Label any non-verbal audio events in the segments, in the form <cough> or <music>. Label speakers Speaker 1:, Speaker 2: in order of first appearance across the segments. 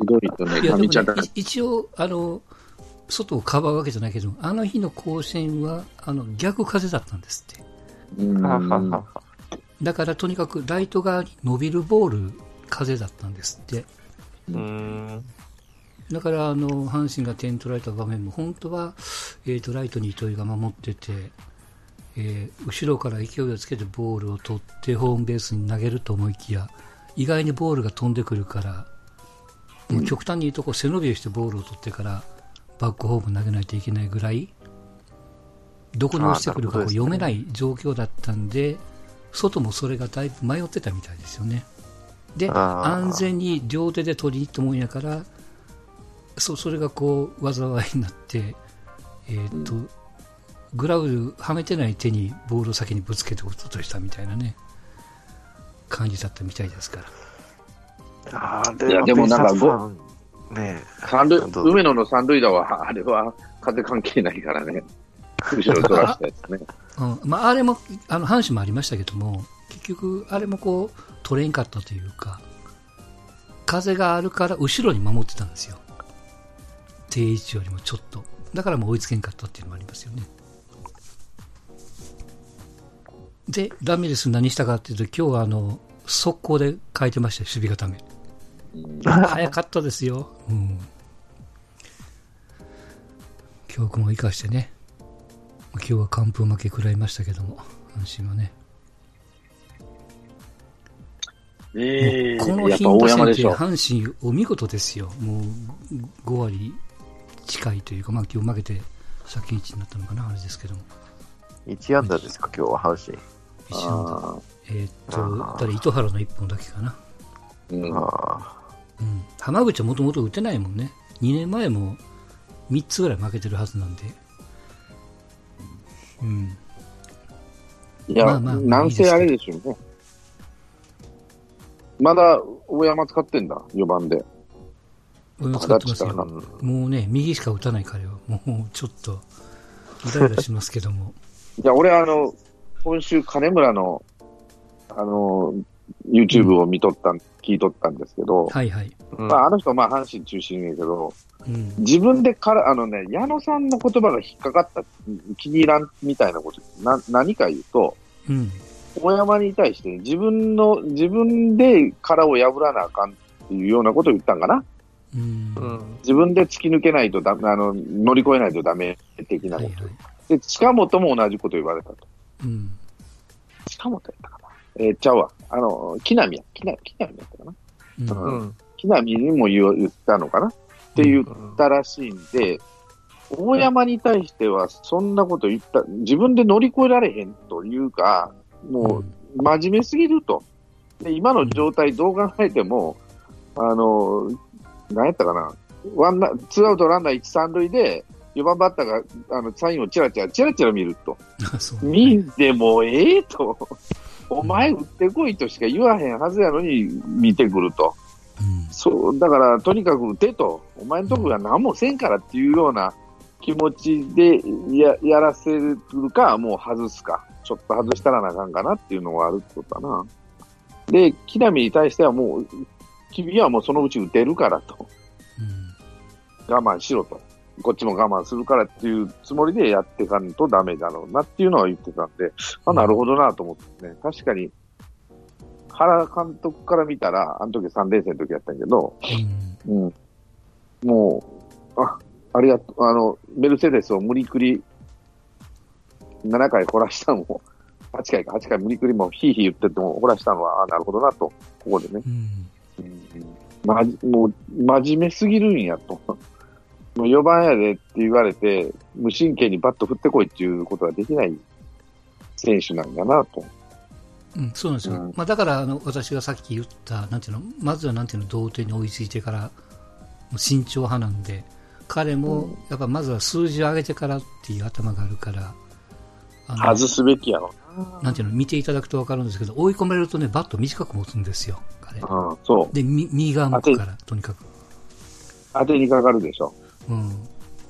Speaker 1: ひどいとね、
Speaker 2: い
Speaker 1: か
Speaker 2: やで
Speaker 1: み
Speaker 2: も
Speaker 1: ちゃん
Speaker 2: ね
Speaker 1: だから、
Speaker 2: い一応あの外をかばうわけじゃないけどあの日の甲子園はあの逆風だったんですって
Speaker 1: うん
Speaker 3: はははは。
Speaker 2: だからとにかくライト側に伸びるボール風だったんですって
Speaker 3: うーん。
Speaker 2: だからあの阪神が点取られた場面も本当は、えー、とライトに糸井が守ってて、えー後ろから勢いをつけてボールを取ってホームベースに投げると思いきや意外にボールが飛んでくるからもう極端に言うとこう背伸びをしてボールを取ってからバックホーム投げないといけないぐらいどこに落ちてくるかこ
Speaker 3: あ
Speaker 2: う
Speaker 3: ーなるほどですね
Speaker 2: 読めない状況だったんで外もそれがだいぶ迷ってたみたいですよね。で
Speaker 3: あー
Speaker 2: 安全に両手で取りに行ったもんやからそそれがこう災いになって、えーっとグラブはめてない手にボールを先にぶつけて落としたみたいなね感じだったみたいですから
Speaker 3: あれ
Speaker 1: いやでもなんかご
Speaker 3: はね
Speaker 1: 三塁
Speaker 3: どうぞ
Speaker 1: 梅野の三塁打は、あれは風関係ないからね、後ろに取らしたやつね。
Speaker 2: うんまあ、あれもあの阪神もありましたけども結局、あれもこう取れんかったというか風があるから後ろに守ってたんですよ定位置よりもちょっとだからもう追いつけんかったっていうのもありますよねでラミレス何したかっていうと今日はあの速攻で変えてましたよ守備固め
Speaker 1: うん
Speaker 2: 早かったですよ、うん、教訓を生かしてね今日は完封負け食らいましたけども阪神はね
Speaker 3: え。
Speaker 2: この
Speaker 1: やっぱ
Speaker 2: 頻度
Speaker 1: 大山
Speaker 2: 戦っ
Speaker 1: で
Speaker 2: て
Speaker 1: しょ
Speaker 2: 阪神お見事ですよもう5割近いというか、まあ、今日負けて先一になったのかなあれですけども
Speaker 3: 1安打ですか、今日は阪神。
Speaker 2: 一安打
Speaker 1: あ
Speaker 2: えーっ
Speaker 3: あ
Speaker 2: と
Speaker 3: ー
Speaker 2: 誰糸原の1本だけかな、
Speaker 1: ーうん
Speaker 3: あ
Speaker 2: うん、浜口はもともと打てないもんね2年前も3つぐらい負けてるはずなんでうん
Speaker 1: いや、
Speaker 2: まあまあ
Speaker 1: なんせあれでしょうね。まだ大山使ってんだ、4番で。
Speaker 2: 俺も使ってます
Speaker 1: あだ
Speaker 3: あ。
Speaker 2: よ。
Speaker 3: うん
Speaker 2: もうね、右しか打たない彼は、もうちょっと、イライラしますけど
Speaker 1: <laughs>
Speaker 2: も。
Speaker 1: いや、俺、あの、今週、金村の、あの、YouTube を見とったん、聞いとったんですけど、
Speaker 2: はいはい。
Speaker 1: まあ、あの人、まあ、阪神中心やけど、
Speaker 2: うん。
Speaker 1: 自分でから、あのね、矢野さんの言葉が引っかかった、気に入らんみたいなこと、な、何か言うと、
Speaker 2: うん。
Speaker 1: 大山に対して自分の、自分で殻を破らなあかんっていうようなことを言ったんかな
Speaker 2: うん。
Speaker 3: う
Speaker 2: は
Speaker 3: ん。
Speaker 1: 自分で突き抜けないとダメ、あの、乗り越えないとダメ的
Speaker 2: い
Speaker 1: な
Speaker 2: は
Speaker 1: こと。
Speaker 2: い。
Speaker 1: で、近本も同じこと言われたと。
Speaker 2: うん。
Speaker 1: 近本やったかなえーちゃうわ。あの、木浪や。木浪、木浪やったかな
Speaker 2: うん。
Speaker 1: う
Speaker 3: うんん。
Speaker 1: 木浪にも言う言ったのかなって言っ
Speaker 3: うん
Speaker 1: たらしいんで、大山に対してはそんなこと言った、自分で乗り越えられへんというか、もう真面目すぎると。で、今の状態どう考えても、あの、何やったかな、ワンナツーアウトランナー1、3塁で、4番バッターがあのサインをチラチラ、チラチラ見ると。
Speaker 2: そう。
Speaker 1: 見んでもええと。お前打ってこいとしか言わへんはずやのに見てくると。
Speaker 2: うん。
Speaker 1: そう、だから、とにかく打てと、お前のとこが何もせんからっていうような気持ちでややらせるか、もう外すか、ちょっと外したらなあかんかなっていうのはあるってことだな。で、木浪に対してはもう、君はもうそのうち打てるからと、
Speaker 2: うん。
Speaker 1: 我慢しろと、こっちも我慢するからっていうつもりでやっていかんとダメだろうなっていうのは言ってたんで、あ、なるほどなと思ってね、確かに、原監督から見たら、あの時3連戦の時やったんやけど、
Speaker 2: うん。
Speaker 1: うん、もう、あ、ありがとう、あの、メルセデスを無理くり、7回凝らしたのを、8回か、8回無理くりもヒーヒー言ってても凝らしたのは、あなるほどなと、ここでね。
Speaker 2: うん。
Speaker 1: まじ、もう、真面目すぎるんやと。 <laughs> もう4番やでって言われて、無神経にバット振ってこいっていうことができない選手なんだなと。
Speaker 2: うん、そうなんですよ、
Speaker 1: うん
Speaker 2: まあ、だからあの私がさっき言った、なんていうのまずはなんていうの同点に追いついてから、もう慎重派なんで、彼
Speaker 1: う
Speaker 2: も
Speaker 1: ん
Speaker 2: やっぱまずは数字を上げてからっていう頭があるから、あの
Speaker 1: 外すべきやろ。
Speaker 2: なんていうの見ていただくと分かるんですけど、追い込めるとね、バット短く持つんですよ、彼。
Speaker 1: うん、そう。
Speaker 2: で、み右側向くから、とにかく。
Speaker 1: 当てにかかるでしょ。
Speaker 2: うん。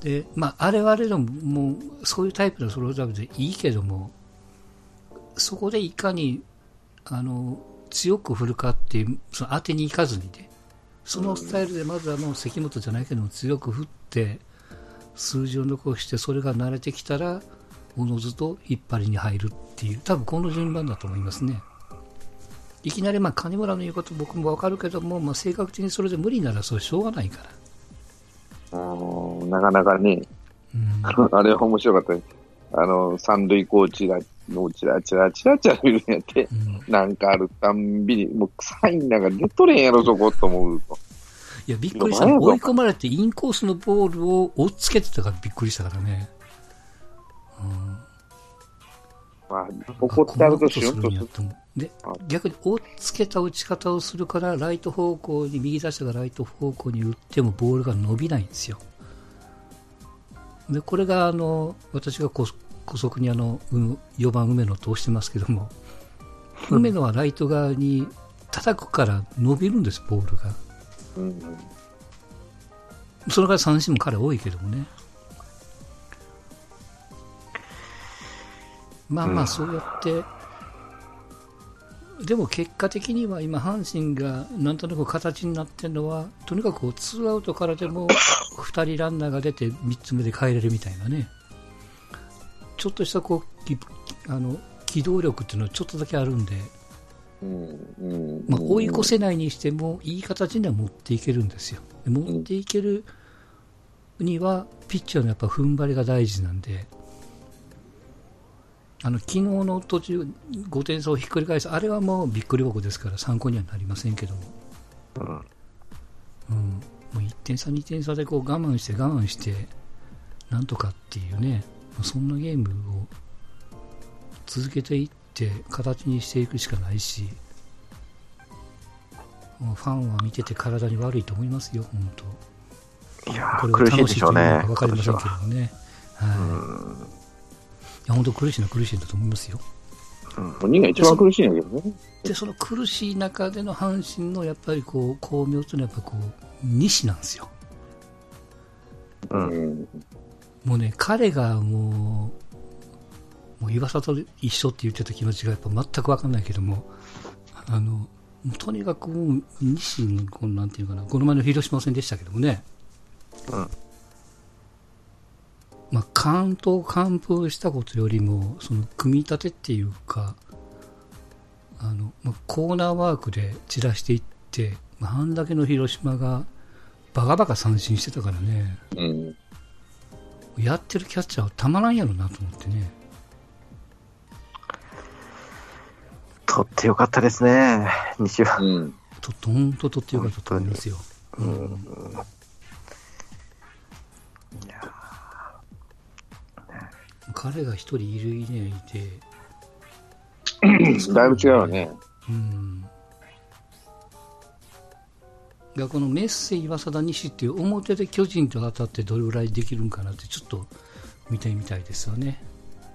Speaker 2: で、まあ、あれはあれでも、もう、そういうタイプのソロダブでいいけども、そこでいかに、あの、強く振るかっていう、その当てに行かずにね、そのスタイルでまずはもう関本じゃないけども強く振って数字を残してそれが慣れてきたらおのずと引っ張りに入るっていう多分この順番だと思いますねいきなりまあ金村の言うこと僕も分かるけども、まあ、性格的にそれで無理ならそれしょうがないから、
Speaker 1: うんなかなかね、
Speaker 2: うん、
Speaker 1: <laughs> あれは面白かったね。あの、三塁コーチが、もうチラチラチラチラ見るんやって、
Speaker 2: うん
Speaker 1: なんかあるたんびに、もうサインなんか出とれんやろ、そこと思うと。
Speaker 2: いやびっくりした追い込まれてインコースのボールを追っつけてたからびっくりしたからね、うん
Speaker 1: まあ、怒ってあるとシュンと
Speaker 2: こんなことするんやと思うで逆に追っつけた打ち方をするからライト方向に右打者がライト方向に打ってもボールが伸びないんですよでこれがあの私がこ姑息にあのうん4番梅野を通してますけども梅野はライト側に叩くから伸びるんですボールが
Speaker 1: うん
Speaker 2: それから三振も彼多いけどもね。まあまあ、そうやって、でも結果的には今、阪神がなんとなく形になってるのは、とにかくこうツーアウトからでも2人ランナーが出て3つ目で帰れるみたいなね、ちょっとしたこうきあの機動力っていうのはちょっとだけあるんで、
Speaker 1: うんうん
Speaker 2: まあ、追い越せないにしてもいい形には持っていけるんですよで持っていけるにはピッチャーのやっぱ踏ん張りが大事なんであの昨日の途中5点差をひっくり返すあれはもうびっくり箱ですから参考にはなりませんけども、うんもう1点差2点差でこう我慢して我慢してなんとかっていうねもうそんなゲームを続けていって形にしていくしかないし、もうファンは見てて体に悪いと思いますよ、本当。
Speaker 3: いや
Speaker 2: こ
Speaker 3: ー
Speaker 2: れが
Speaker 3: 苦し
Speaker 2: 楽しい
Speaker 3: いでし
Speaker 2: と
Speaker 3: ょ
Speaker 2: いううの
Speaker 3: ね
Speaker 2: か、分かりませんけどもね。はいいや本当苦しいのは苦しいんだと思いますよ。
Speaker 1: 鬼が一番苦しいんだけどね。
Speaker 2: で、その苦しい中での阪神のやっぱりこう巧妙というのはやっぱこう西なんですよ。
Speaker 1: うん。
Speaker 2: もうね、彼がもう、もう岩佐と一緒って言ってた気持ちがやっぱ全く分かんないけども、あの、もうとにかくもう、西の、このなんていうかな、この前の広島戦でしたけどもね、
Speaker 3: うん
Speaker 2: まあ、関東完封したことよりも、その、組み立てっていうか、あの、まあ、コーナーワークで散らしていって、まあ、あんだけの広島が、バカバカ三振してたからね、
Speaker 1: うん。
Speaker 2: やってるキャッチャーはたまらんやろなと思ってね。
Speaker 3: 取ってよかったですね西は
Speaker 1: うん。
Speaker 2: と、どんととってよかったと思いますよ。うん彼が一人いる以内で、
Speaker 1: だいぶ違うわね。
Speaker 2: うん。がこのメッセ岩貞西っていう表で巨人と当たってどれぐらいできるんかなってちょっと見てみたいですよね。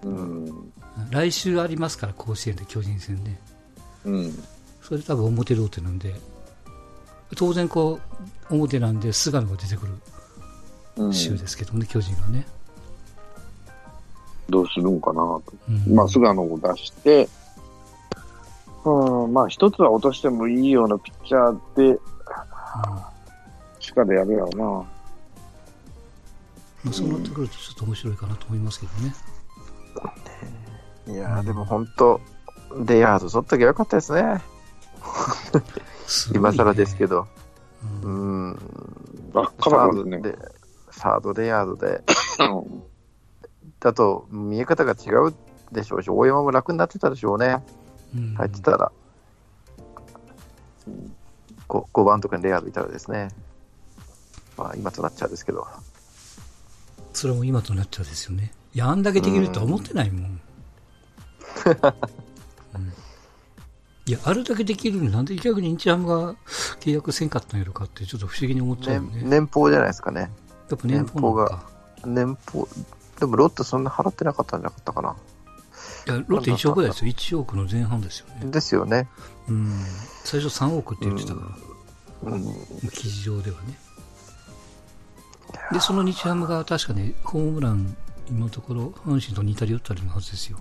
Speaker 1: うん。
Speaker 2: 来週ありますから甲子園で巨人戦ね。
Speaker 1: うん。
Speaker 2: それ多分表ローテなんで当然こう表なんで菅野が出てく
Speaker 1: うん
Speaker 2: る週ですけどね、巨人がね、
Speaker 1: どうするんかなと。
Speaker 2: うん
Speaker 1: まあ、菅野を出して、うん、まあ、一つは落としてもいいようなピッチャーで、しかでやるやろ
Speaker 2: まあそうなってくるとちょっと面白いかなと思いますけどね、
Speaker 3: いやーでも本当レイヤード取っときゃよかったですね
Speaker 2: すごいね
Speaker 3: 今更ですけど
Speaker 2: うん
Speaker 3: うん
Speaker 1: な。ばっか
Speaker 3: サ
Speaker 1: ば
Speaker 3: ー
Speaker 1: かです
Speaker 3: ド
Speaker 1: ね。
Speaker 3: でサードレイヤードで
Speaker 1: うん
Speaker 3: だと見え方が違うでしょうし大山も楽になってたでしょうね
Speaker 2: うん
Speaker 3: 入ってたら、こう 5, 番とかにレイヤードいたらですねまあ今となっちゃうですけど
Speaker 2: それも今となっちゃうですよねいやあんだけできるとは思ってないもん、うんいやあれだけできるのになんで逆に日ハムが契約せんかったんやろかってちょっと不思議に思っちゃうよね
Speaker 3: 年年俸じゃないですかね
Speaker 2: やっぱ年俸な
Speaker 3: 年俸
Speaker 2: の
Speaker 3: が
Speaker 2: か
Speaker 3: 年俸でもロッテそんな払ってなかったんじゃなかったかない
Speaker 2: やロッテ1億ですよ1億の前半ですよね
Speaker 3: ですよね
Speaker 2: うん最初3億って言ってたから、
Speaker 3: うん
Speaker 2: 記事上ではねでその日ハムが確かねホームラン今のところ阪神と似たり寄ったりのはずですよ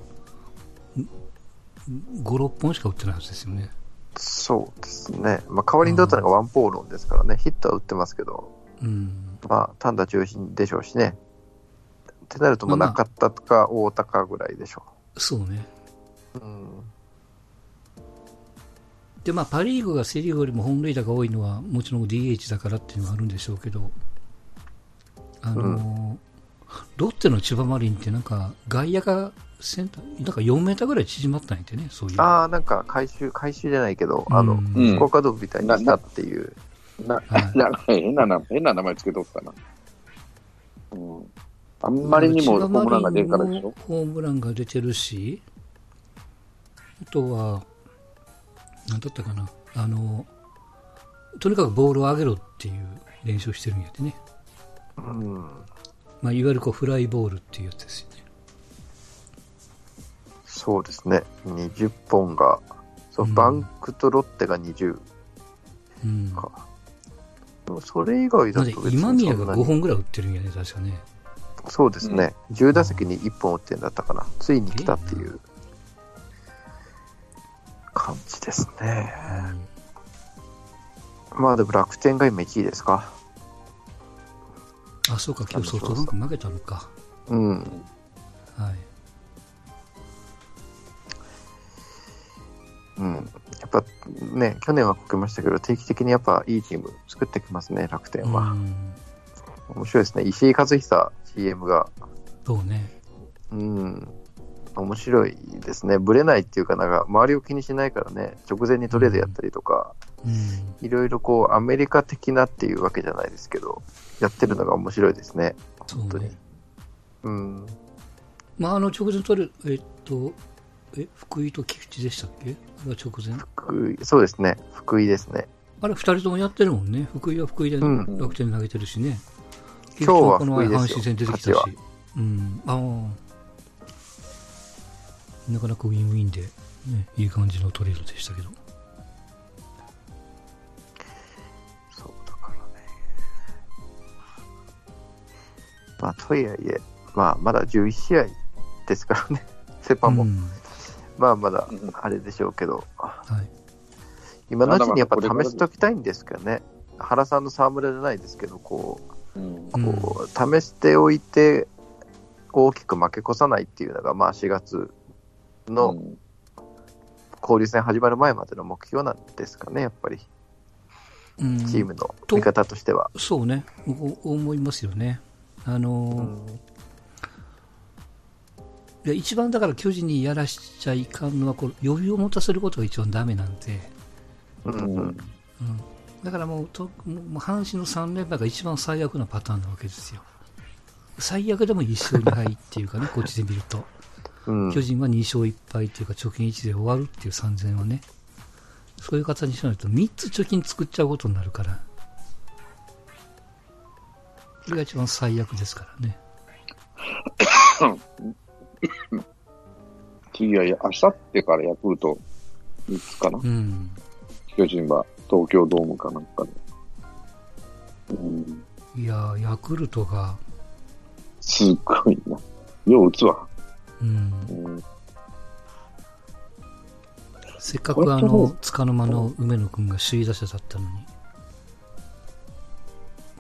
Speaker 2: 56本しか打ってないはずですよね
Speaker 3: そうですね。まあ、代わりに出たのがワンポーロンですからね、ヒットは打ってますけど、
Speaker 2: うん、
Speaker 3: まあ、単打中心でしょうしね。ってなると、まあ、
Speaker 2: まあまあ
Speaker 3: 中田とか大高ぐらいでしょ
Speaker 2: そうね。
Speaker 3: う。うん。
Speaker 2: で、まあ、パ・リーグがセ・リーグよりも本塁打が多いのは、もちろん DH だからっていうのはあるんでしょうけど、あのーロッテの千葉マリンって、なんか外野がセンター、なんか4メーターぐらい縮まったんやってね、そういう。
Speaker 3: ああ、なんか回収、回収じゃないけど、あ
Speaker 2: う
Speaker 3: の、
Speaker 2: ん
Speaker 1: うん
Speaker 3: 福岡ドームみたいにしたっていう。
Speaker 1: な
Speaker 2: はい
Speaker 1: な変なな変な名前つけとくかな。うん。あんまりにもホームランが出るからでし
Speaker 2: 千葉マリンも
Speaker 1: ょ。
Speaker 2: ホームランが出てるし、あとは、なんだったかな、あの、とにかくボールを上げろっていう練習をしてるんやってね。
Speaker 3: うん。
Speaker 2: まあ、いわゆるこうフライボールっていうやつですよね。
Speaker 3: そうですね。20本が、そう、
Speaker 2: うん
Speaker 3: バンクとロッテが20
Speaker 2: うん。
Speaker 3: か。でもそれ以外
Speaker 2: な
Speaker 3: だ
Speaker 2: ん
Speaker 3: と
Speaker 2: で
Speaker 3: 別に
Speaker 2: 今宮
Speaker 3: そんな
Speaker 2: が
Speaker 3: に
Speaker 2: 5本ぐらい打ってるんやね、確かね。
Speaker 3: そうですね。10打席に1本打ってんだったかな。ついに来たっていう感じですね。まあでも楽天が今1位ですか。
Speaker 2: あ、そうか、今日ソフトバンク負けたのか。
Speaker 3: うん。
Speaker 2: はい。
Speaker 3: うん。やっぱね、去年はこけましたけど、定期的にやっぱいいチーム作ってきますね、楽天は。
Speaker 2: うん。
Speaker 3: 面白いですね。石井和久 CM が、
Speaker 2: そうね。
Speaker 3: うん、面白いですね。ぶれないっていうか、なんか、周りを気にしないからね、直前にトレードやったりとか、
Speaker 2: うん。
Speaker 3: いろいろこう、アメリカ的なっていうわけじゃないですけど、やってるのが面白いですね。
Speaker 2: そう
Speaker 3: 当に
Speaker 2: ね。
Speaker 3: うん。
Speaker 2: まあ、あの直前取る、えっと、え、福井と菊池でしたっけあれは直前。
Speaker 3: 福井、そうですね。福井ですね。
Speaker 2: あれ、二人ともやってるもんね。福井は福井で
Speaker 3: うん
Speaker 2: 楽天に投げてるしね。
Speaker 3: 今日
Speaker 2: 菊
Speaker 3: は
Speaker 2: 池この前
Speaker 3: 福井ですよ
Speaker 2: 阪神戦出てきたし
Speaker 3: 勝。
Speaker 2: うん。ああ。なかなかウィンウィンで、ね、いい感じのトレードでしたけど。
Speaker 3: そうだからね。まあ、とはいえ、まあ、まだ11試合ですからね。 <laughs> セパも。
Speaker 2: うん
Speaker 3: まあ、まだ
Speaker 1: うん、
Speaker 3: あれでしょうけど、
Speaker 2: はい。
Speaker 3: 今のうちにやっぱ試しときたいんですけどね、原さんの沢村じゃないですけど、こう、
Speaker 1: うん
Speaker 2: うん
Speaker 3: こう試しておいて、大きく負け越さないっていうのが、まあ4月の
Speaker 1: うん
Speaker 3: 交流戦始まる前までの目標なんですかね、やっぱり、
Speaker 2: うん
Speaker 3: チームの見方としては。
Speaker 2: そうね。僕思いますよね。あのー
Speaker 3: うん
Speaker 2: いや一番だから巨人にやらしちゃいかんのはこう余裕を持たせることが一番ダメなんで、
Speaker 3: うんうん
Speaker 2: うん、だからもうともうもう阪神の3連敗が一番最悪なパターンなわけですよ最悪でも1勝2敗っていうかねこっちで見ると
Speaker 3: うん
Speaker 2: 巨人は2勝1敗っていうか貯金1で終わるっていう3戦はねそういう形にしないと3つ貯金作っちゃうことになるからそれが一番最悪ですからね
Speaker 1: 次は、あさってからヤクルト3つかな
Speaker 2: うん
Speaker 1: 巨人は東京ドームかなんかで。うん、
Speaker 2: いやーヤクルトが
Speaker 1: すっごいな。よう打つわ。
Speaker 2: うん
Speaker 1: うん、
Speaker 2: せっかくあ
Speaker 1: これと
Speaker 2: の、つかの間の梅野君が首位打者だったのに、も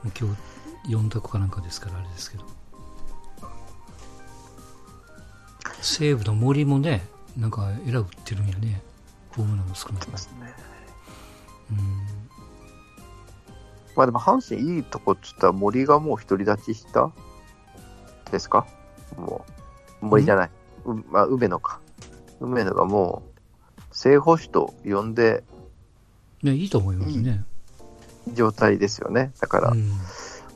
Speaker 2: う今日4択かなんかですから、あれですけど。西武の森もね、なんかえらい打ってるんやね。ホームランも少なく
Speaker 3: そ
Speaker 2: て
Speaker 3: うで。すね
Speaker 2: うん。
Speaker 3: まあでも阪神いいとこっつったら森がもう独り立ちしたですかもう森じゃない、うまあ、梅野か梅野がもう正捕手と呼んで
Speaker 2: ね、いいと思いますね。
Speaker 3: 状態ですよねだから
Speaker 2: うん。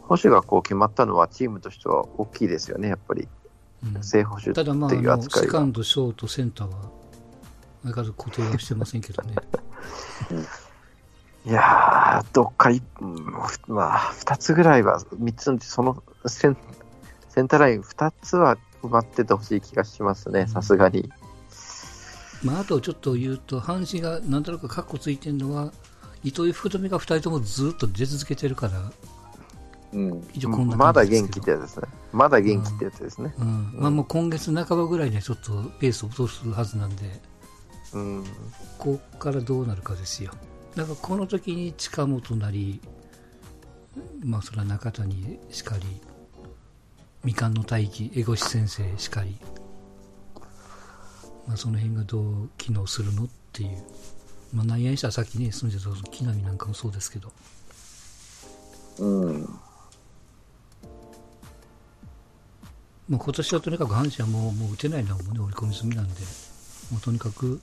Speaker 3: 捕手がこう決まったのはチームとしては大きいですよねやっぱり
Speaker 2: うん
Speaker 3: 正捕手
Speaker 2: ただまあ、
Speaker 3: っ
Speaker 2: あ
Speaker 3: ていう
Speaker 2: の、
Speaker 3: 扱い
Speaker 2: セ
Speaker 3: が
Speaker 2: カンド、ショート、センターは、相変わらず固定はしてませんけどね。
Speaker 3: いやーどっかい、うんまあ2つぐらいは3つのうちそのセンセンターライン2つは埋まっててほしい気がしますねさすがに
Speaker 2: まあ、あとちょっと言うと、阪神がなんとなくカッコついてるのは、糸井福留が2人ともずっと出続けてるから、
Speaker 1: うん。
Speaker 2: 一応こんな
Speaker 3: まだ
Speaker 2: 感じで
Speaker 3: 元
Speaker 2: す
Speaker 3: 気
Speaker 2: け
Speaker 3: っ
Speaker 2: ど
Speaker 3: てやつですね。まだ元気ってやつですね。
Speaker 2: うんまあ、もう今月半ばぐらいにはちょっとペースを落とすはずなんで、
Speaker 3: うん。
Speaker 2: ここからどうなるかですよ。だからこの時に近本なり、まあ、それは中谷しかり、みかんの大輝、江越先生しかり、まあ、その辺がどう機能するのっていう、まあ、内野にしたらさっきね、住んでた木浪なんかもそうですけど、
Speaker 1: うん。
Speaker 2: まあ、今年はとにかく阪神はもうもう打てないのはもう、ね、織り込み済みなんで、もうとにかく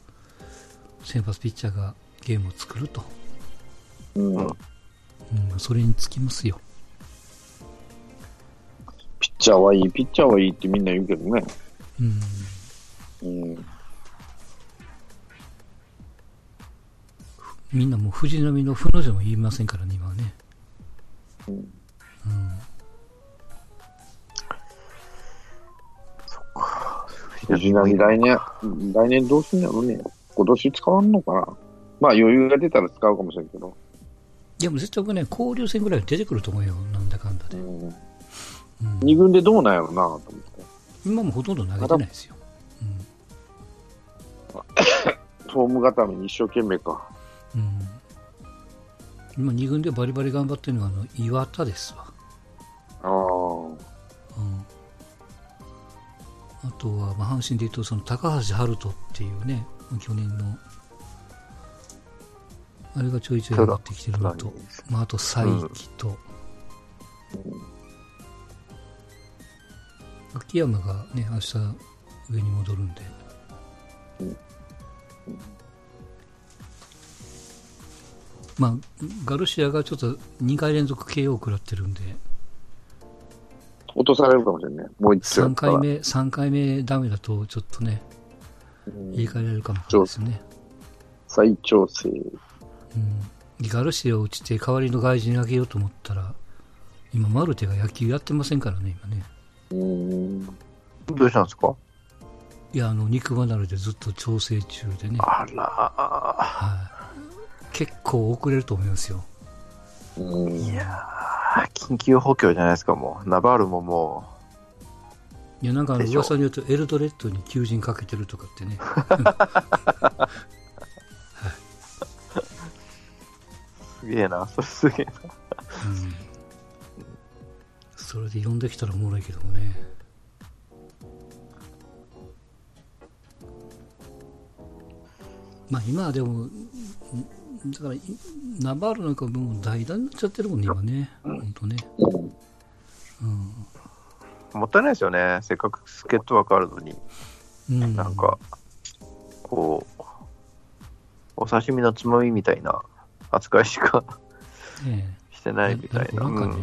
Speaker 2: 先発ピッチャーがゲームを作ると、
Speaker 1: うん。
Speaker 2: うん、それに尽きますよ。
Speaker 1: ピッチャーはいい、ピッチャーはいいってみんな言うけどね。
Speaker 2: うん
Speaker 1: うん。
Speaker 2: みんなもう藤波の負の字も言いませんからね、今はね。
Speaker 1: うん藤浪来年、来年どうすんやろね。今年使わんのかな。まあ余裕が出たら使うかもしれんけど。
Speaker 2: でも絶対僕ね、交流戦ぐらいは出てくると思うよ、なんだかんだで。
Speaker 1: うん
Speaker 2: うん
Speaker 1: 二軍でどうなんやろうなと思って。
Speaker 2: 今もほとんど投げてないですよ。
Speaker 1: フォーム固めに一生懸命か。
Speaker 2: うんうん今2軍でバリバリ頑張ってるのはあの岩田ですわ。
Speaker 1: ああ。
Speaker 2: うんあとは、まあ、阪神でいうとその高橋遥人っていうね去年のあれがちょいちょい上がってきてるの
Speaker 3: そう
Speaker 2: と
Speaker 3: だね、
Speaker 2: まあ、あと佐伯と、秋山がね明日上に戻るんで、まあ、ガルシアがちょっと2回連続 KO を食らってるんで
Speaker 1: 落とされるかもしれんね。もう一つや
Speaker 2: 3
Speaker 1: ったら
Speaker 2: 回。目、三回目ダメだと、ちょっとね、
Speaker 1: うん
Speaker 2: 言い換えられるかもしれないですね。
Speaker 1: 再調整。
Speaker 2: うん。ガルシアを打ちて、代わりの外人にあげようと思ったら、今、マルテが野球やってませんからね、今ね。
Speaker 1: うん。
Speaker 3: どうしたんですか
Speaker 2: いや、あの、肉離れでずっと調整中でね、
Speaker 3: あら
Speaker 2: はい。結構遅れると思いますよ。
Speaker 1: うん。
Speaker 3: いやー、緊急補強じゃないですか、もう。ナバールもも
Speaker 2: いや、なんかあの、
Speaker 3: でしょ
Speaker 2: 噂によると、エルドレッドに求人かけてるとかって
Speaker 3: <laughs>
Speaker 2: ね。
Speaker 3: う、すげえな、それすげえな。
Speaker 2: うん。それで呼んできたらおもろいけどもね。まあ今はでも、んだからい、ナバールなんかもう代打になっちゃってるもんね、今ね。本当ね。
Speaker 3: もったいないですよね、せっかく助っ人枠あるのに、
Speaker 2: うん。う
Speaker 3: なんか、こう、お刺身のつまみみたいな扱いしか <laughs>
Speaker 2: ね
Speaker 3: して
Speaker 2: え、
Speaker 3: ないみたいな。
Speaker 2: んか
Speaker 3: う
Speaker 2: ね、
Speaker 3: ん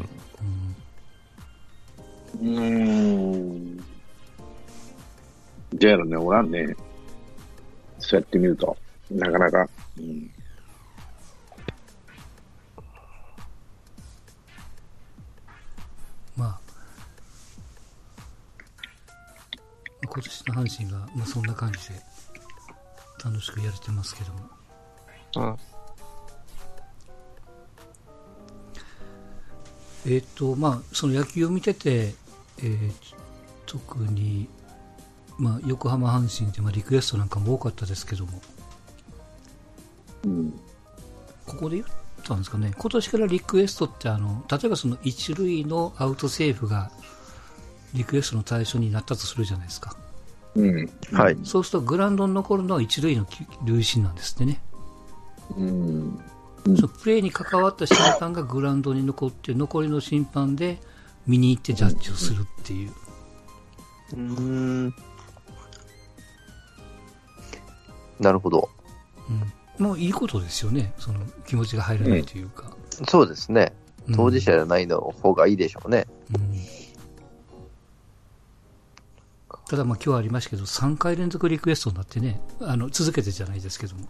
Speaker 2: うん
Speaker 1: うん。じゃあね、おらんね。そうやってみると、なかなか。うん。
Speaker 2: まあ、今年の阪神が、まあ、そんな感じで楽しくやれてますけども。
Speaker 3: うん
Speaker 2: えっとまあ、その野球を見てて、えー特に、まあ、横浜阪神って、まあ、リクエストなんかも多かったですけども、
Speaker 1: うん。
Speaker 2: ここで言ったんですかね、今年からリクエストってあの、例えばその一塁のアウトセーフがリクエストの対象になったとするじゃないですか、
Speaker 1: うん。
Speaker 3: はい。
Speaker 2: そうするとグラウンドに残るのは一塁のき塁審なんですってね、
Speaker 1: うん。
Speaker 2: そのプレーに関わった審判がグラウンドに残って、残りの審判で見に行ってジャッジをするっていう。
Speaker 3: うん。なるほど。
Speaker 2: うん、もういいことですよね、その気持ちが入らないというか。
Speaker 3: そうですね。
Speaker 2: うん
Speaker 3: 当事者じゃないの方がいいでしょうね。
Speaker 2: うんただ、まあ今日ありましたけど、3回連続リクエストになってね、あの続けてじゃないですけども、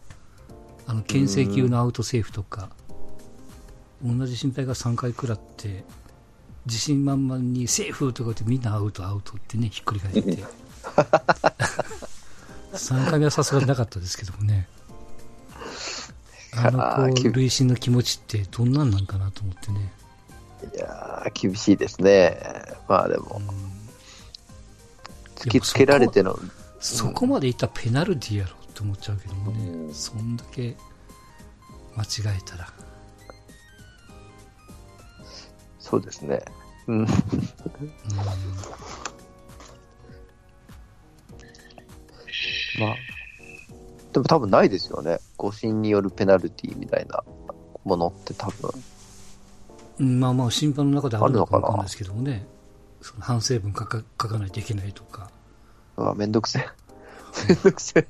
Speaker 2: あの牽制級のアウトセーフとか、同じ心配が3回食らって、自信満々にセーフとか言ってみんなアウト、アウトってね、ひっくり返って。3回目はさすがになかったですけどもね。あ
Speaker 3: <laughs> あ
Speaker 2: の
Speaker 3: ー
Speaker 2: こ
Speaker 3: き
Speaker 2: う、累進の気持ちってどんなんなんかなと思ってね。
Speaker 3: いやー、厳しいですね。まあでも、
Speaker 2: うん
Speaker 3: 突きつけられての、
Speaker 2: そこまでいったらペナルティーやろっと思っちゃうけどもね、
Speaker 1: うん
Speaker 2: そんだけ間違えたら、
Speaker 3: そうですね。うん。
Speaker 2: う
Speaker 3: まあ、でも多分ないですよね。誤審によるペナルティみたいなものって多分。
Speaker 2: ん、まあまあ審判の中であるのかわ
Speaker 3: あるのかな
Speaker 2: かんないですけどもねその反省文書か書かないといけないとか
Speaker 3: うわ、めんどくせえ。めんどくせえ。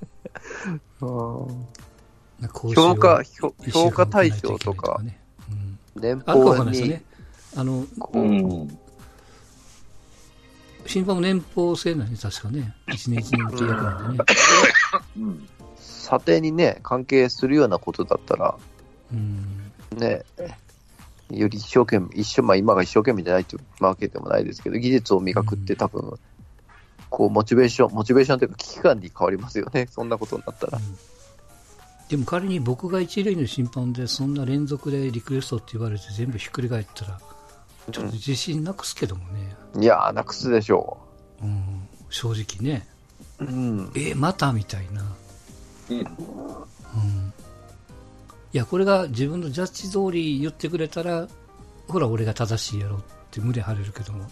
Speaker 2: なんか講習を
Speaker 3: 評価、評
Speaker 2: 一週間
Speaker 3: 評価対
Speaker 2: 受けな
Speaker 3: 象
Speaker 2: いいけな
Speaker 3: と
Speaker 2: い
Speaker 3: か、
Speaker 2: ね、うん、
Speaker 3: 年
Speaker 2: あるかわかん
Speaker 3: 俸
Speaker 2: ないですよ
Speaker 3: に
Speaker 2: ね、あの
Speaker 3: こ
Speaker 1: う
Speaker 3: う、
Speaker 1: ん。
Speaker 2: 審判も年俸制なんで、確かね、1年1年契約なんでね、
Speaker 1: うん。
Speaker 3: 査定にね、関係するようなことだったら、
Speaker 2: うん、
Speaker 3: ね、より一生懸命、一生、まあ今が一生懸命じゃないというわけでもないですけど、技術を磨くって多分、こう、モチベーション、モチベーションというか危機感に変わりますよね。そんなことになったら。
Speaker 2: でも仮に僕が一類の審判で、そんな連続でリクエストって言われて、全部ひっくり返ったら、ちょっと自信なくすけどもね、
Speaker 3: いやー、なくすでしょ
Speaker 2: うん、正直ね、
Speaker 3: う。うん。
Speaker 2: えまたみたいな、
Speaker 1: うん
Speaker 2: うん、いや、これが自分のジャッジ通り言ってくれたら、ほら、俺が正しいやろって胸張れるけども、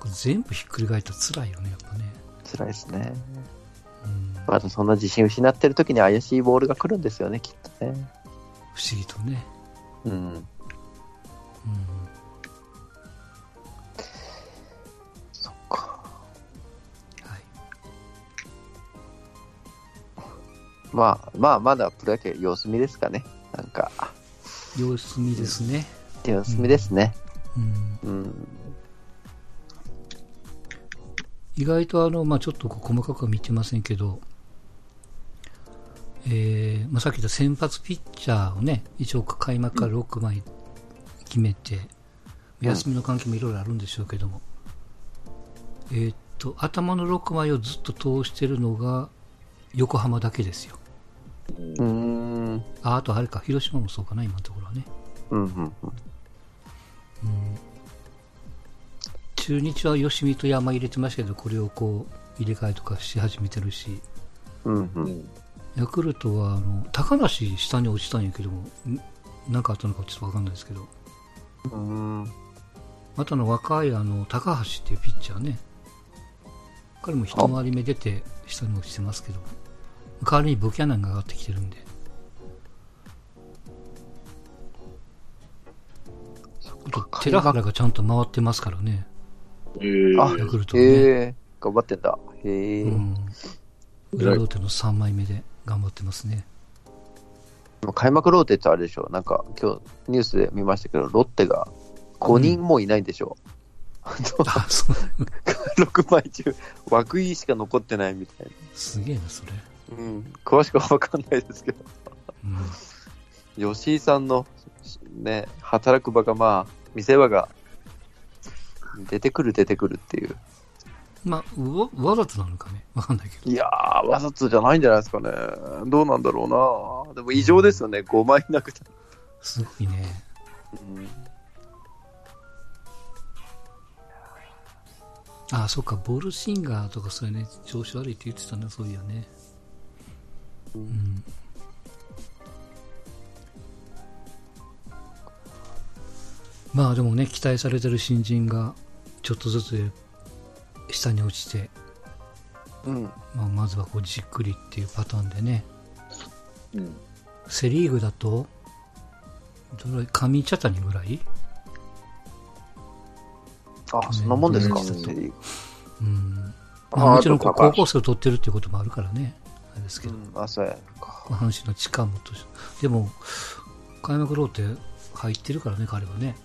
Speaker 2: これ全部ひっくり返ったら辛いよね、やっぱね。
Speaker 3: 辛いですね。
Speaker 2: うん
Speaker 3: まだそんな自信失ってる時に怪しいボールが来るんですよね、きっとね。
Speaker 2: 不思議とね、
Speaker 3: うん。
Speaker 2: うん、
Speaker 3: そっか。
Speaker 2: はい、
Speaker 3: まあ、まあ、まだプロ野球様子見ですかね。なんか、
Speaker 2: 様子見ですね、
Speaker 3: 様子見ですね。
Speaker 2: うん、
Speaker 3: うん。
Speaker 2: 意外とあの、まあ、ちょっとこう細かくは見てませんけど、えーまあ、さっき言った先発ピッチャーをね一応開幕から6枚決めて、休みの関係もいろいろあるんでしょうけども、えーっと頭の6枚をずっと通してるのが横浜だけですよ
Speaker 3: うーん。うん
Speaker 2: ああとあれか広島もそうかな今のところはね
Speaker 3: うんうん。
Speaker 2: 中日は吉見と山入れてましたけどこれをこう入れ替えとかし始めてるし
Speaker 3: うんう。
Speaker 1: うんん。
Speaker 2: ヤクルトはあの高梨下に落ちたんやけどもんなんかあったのかちょっと分かんないですけど
Speaker 3: うん。
Speaker 2: またあの若いあの高橋っていうピッチャーね彼も一回り目出て下に落ちてますけど代わりにブキャナンが上がってきてるんであと寺原がちゃんと回ってますからね
Speaker 1: えー
Speaker 3: あ
Speaker 2: ヤクルトはね、
Speaker 3: へえ。頑張ってんだ。へえ。
Speaker 2: うん、裏ローテの3枚目で頑張ってます <laughs> ね
Speaker 3: 開幕ローテってあれでしょ。なんか、今日ニュースで見ましたけど、ロッテが5人もいないんでしょ。 <laughs> あと
Speaker 2: あそう
Speaker 3: 6枚中、枠井しか残ってないみたいな。
Speaker 2: すげえなそれ、
Speaker 3: うん、詳しくは分かんないですけ
Speaker 2: うん
Speaker 3: ど、吉井さんの、ね、働く場が、まあ、見せ場が、出てくる、出てくるっていう。
Speaker 2: まあ、わわざとなのかね、わかんないけど。
Speaker 3: いやー、わざとじゃないんじゃないですかね。どうなんだろうな。でも異常ですよね、5枚なくて。
Speaker 2: すごいね。ああ、そっか、ボルシンガーとかそれね、調子悪いって言ってたな、そういやね。うん。まあでもね、期待されてる新人が、ちょっとずつ下に落ちて、
Speaker 3: うん。
Speaker 2: まあ、まずはこうじっくりっていうパターンでね、
Speaker 1: うん。
Speaker 2: セ・リーグだと、どれぐらい上茶谷ぐらい
Speaker 3: あ、そんなもんですか、
Speaker 1: うん
Speaker 2: う
Speaker 3: うん
Speaker 2: ん
Speaker 3: あー
Speaker 2: まあ、もちろんこう
Speaker 3: あと高
Speaker 2: 高
Speaker 3: 橋
Speaker 2: 校生を取ってるっていうこともあるからね、あれですけど、
Speaker 3: あ、そうや。
Speaker 2: まあ阪神の近本しでも、開幕ローテ入ってるからね、彼はね。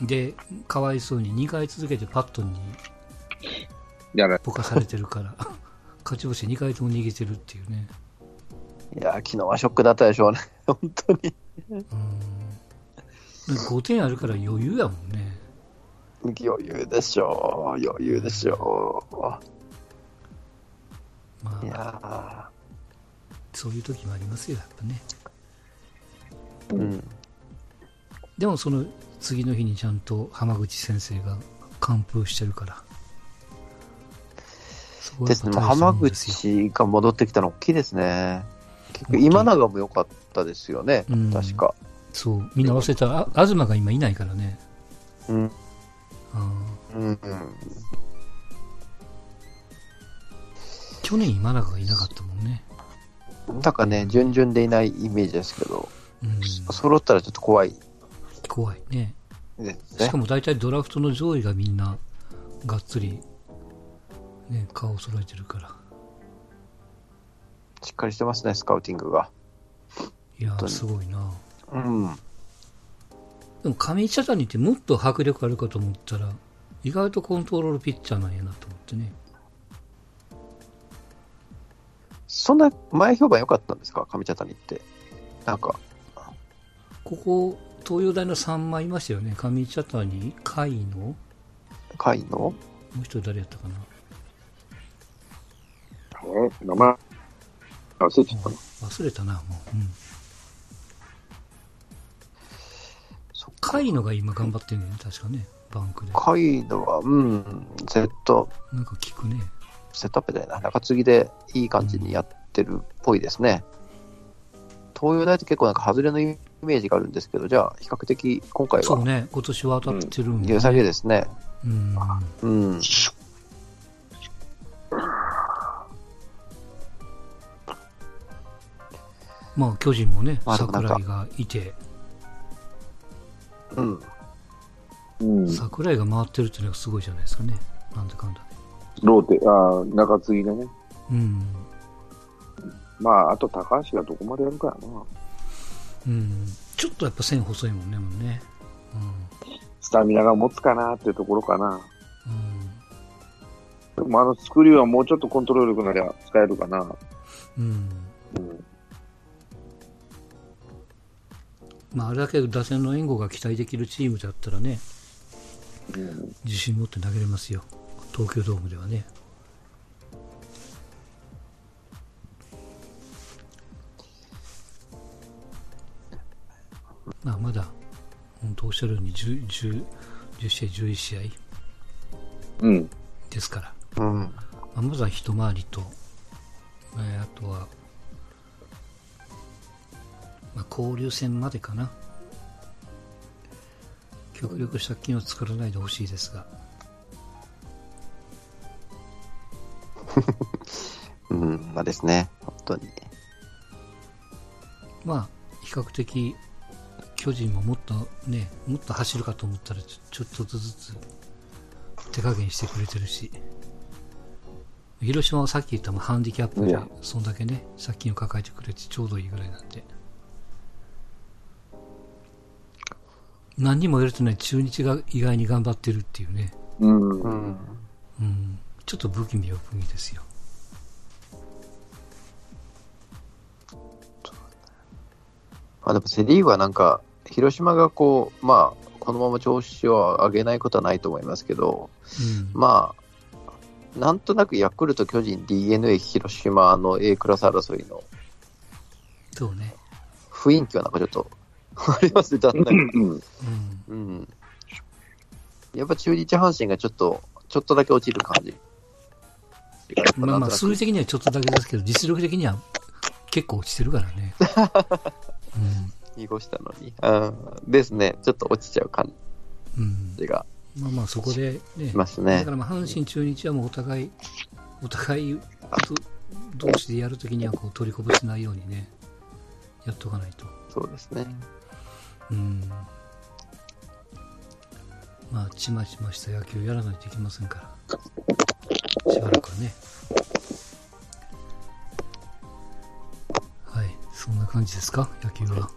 Speaker 2: で、かわいそうに2回続けてパットンに
Speaker 1: やら、
Speaker 2: ぼかされてるから、 <laughs> 勝ち星2回とも握ってるっていうね。
Speaker 3: いやー、昨日はショックだったでしょうね。 <laughs> 本当に。
Speaker 2: うん5点あるから余裕やもんね。
Speaker 3: 余裕でしょう。余裕でしょ
Speaker 2: ま
Speaker 3: う。い
Speaker 2: あ、
Speaker 3: や
Speaker 2: そういう時もありますよ、やっぱね。
Speaker 3: ーうん。
Speaker 2: でもその次の日にちゃんと浜口先生が完封してるから。そこは
Speaker 3: で
Speaker 2: やっ
Speaker 3: す
Speaker 2: ぱ大し
Speaker 3: ね。
Speaker 2: たも
Speaker 3: 浜
Speaker 2: んですよ
Speaker 3: 口が戻ってきたの大きいですね。結
Speaker 2: 大
Speaker 3: 局、
Speaker 2: きい
Speaker 3: 今永も良かったですよね。
Speaker 2: うん
Speaker 3: 確か。
Speaker 2: そう、みんな忘れた。あ東が今いないからね。
Speaker 3: うん。
Speaker 2: あ
Speaker 3: うん。
Speaker 2: ー去年今永がいなかったもんね。
Speaker 3: なんかね、順々でいないイメージですけど、
Speaker 2: うん、
Speaker 3: 揃ったらちょっと怖い
Speaker 2: 怖いね。
Speaker 3: です
Speaker 2: し
Speaker 3: ね
Speaker 2: か。も大体ドラフトの上位がみんな、がっつり、ね、顔を揃えてるから。
Speaker 3: しっかりしてますね、スカウティングが。
Speaker 2: いや
Speaker 3: 当
Speaker 2: ー、
Speaker 3: に
Speaker 2: すごいな。
Speaker 3: うん。
Speaker 2: でも上茶谷ってもっと迫力あるかと思ったら、意外とコントロールピッチャーなんやなと思ってね。
Speaker 3: そんな前評判良かったんですか、上茶谷って。なんか、
Speaker 2: ここ、東洋大の3枚いましたよね。上茶谷、甲斐野、も
Speaker 3: 会の
Speaker 2: う一人誰やったかな。
Speaker 1: え名前忘れちゃったな。
Speaker 2: 忘れたな、もう。うん。
Speaker 3: そっか
Speaker 2: 甲斐野が今頑張ってんねんね、確かね。バンクで。
Speaker 3: 会のは、うん、ずっと、
Speaker 2: なんか聞くね。
Speaker 3: セットアップじゃないな、中継ぎでいい感じにやってるっぽいですね。東洋大って結構なんか外れのイメージがあるんですけど、じゃあ、比較的今回
Speaker 2: そう
Speaker 3: は、
Speaker 2: ね、今年は当たってるんで、
Speaker 3: 良さげですね。
Speaker 2: うん。
Speaker 3: うん。
Speaker 2: まあ、巨人もね、
Speaker 3: まあでもなんか
Speaker 2: 桜井がいて、
Speaker 3: うん。
Speaker 1: うん。
Speaker 2: 桜井が回ってるっていうのがすごいじゃないですかね。なんだかんだで。
Speaker 1: ローテ、あー中継ぎでね。
Speaker 2: うん。
Speaker 1: まあ、あと高橋がどこまでやるかやな。
Speaker 2: うん。ちょっとやっぱ線細いもんね、もうね。
Speaker 1: スタミナが持つかなっていうところかな。
Speaker 2: うん。うん
Speaker 1: でもあのスクリューはもうちょっとコントロール力なりゃ使えるかな。
Speaker 2: うん
Speaker 1: うん。
Speaker 2: まあ、あれだけ打線の援護が期待できるチームだったらね、
Speaker 1: うん、
Speaker 2: 自信持って投げれますよ、東京ドームではね。まあ、まだ、本当おっしゃるように 10, 10, 10試合、11試合
Speaker 1: うん。
Speaker 2: ですから、
Speaker 3: うん。
Speaker 2: まあ、まずは一回りと、えーあとは、まあ、交流戦までかな。極力借金を作らないでほしいですが。
Speaker 3: うん。まあですね、本当に。
Speaker 2: まあ、比較的、巨人ももっとね、もっと走るかと思ったらちょ、ちょっとずつ手加減してくれてるし、広島はさっき言ったもうハンディキャップ
Speaker 1: い
Speaker 2: で
Speaker 1: や、
Speaker 2: そんだけね、借金を抱えてくれてちょうどいいぐらいなんで。何にも言われてない中日が意外に頑張ってるっていうね、
Speaker 1: うん。
Speaker 3: う
Speaker 1: うん
Speaker 3: ん。
Speaker 2: うん、ちょっと不気味は不気味ですよ。
Speaker 3: まあでもセ・リーグはなんか、広島がこう、まあ、このまま調子を上げないことはないと思いますけど、
Speaker 2: うん、
Speaker 3: まあ、なんとなくヤクルト、巨人、d n a 広島の A クラス争いの
Speaker 2: そうね。
Speaker 3: 雰囲気はなんかちょっと <laughs> ありますね、だんだん。
Speaker 1: うん。
Speaker 2: うん
Speaker 3: うん。やっぱ中日、阪神がちょっと、ちょっとだけ落ちる感じ。
Speaker 2: まあまあ、
Speaker 3: なんと
Speaker 2: 数
Speaker 3: な
Speaker 2: 字的にはちょっとだけですけど、実力的には結構落ちてるからね。
Speaker 3: く濁したのに。うん。ですね、ちょっと落ちちゃう感
Speaker 2: うん。うん。
Speaker 3: じが
Speaker 2: まあまあ、そこでね
Speaker 3: し。ます
Speaker 2: だ
Speaker 3: ね
Speaker 2: か。らまあ、阪神中日はもうお互い、お互いと同士でやるときにはこう取りこぼしないようにね、やっとかないと。
Speaker 3: そうですね。
Speaker 2: うん。まあ、ちまちました野球やらないといけませんから。しばらくはね。はい。そんな感じですか野球は。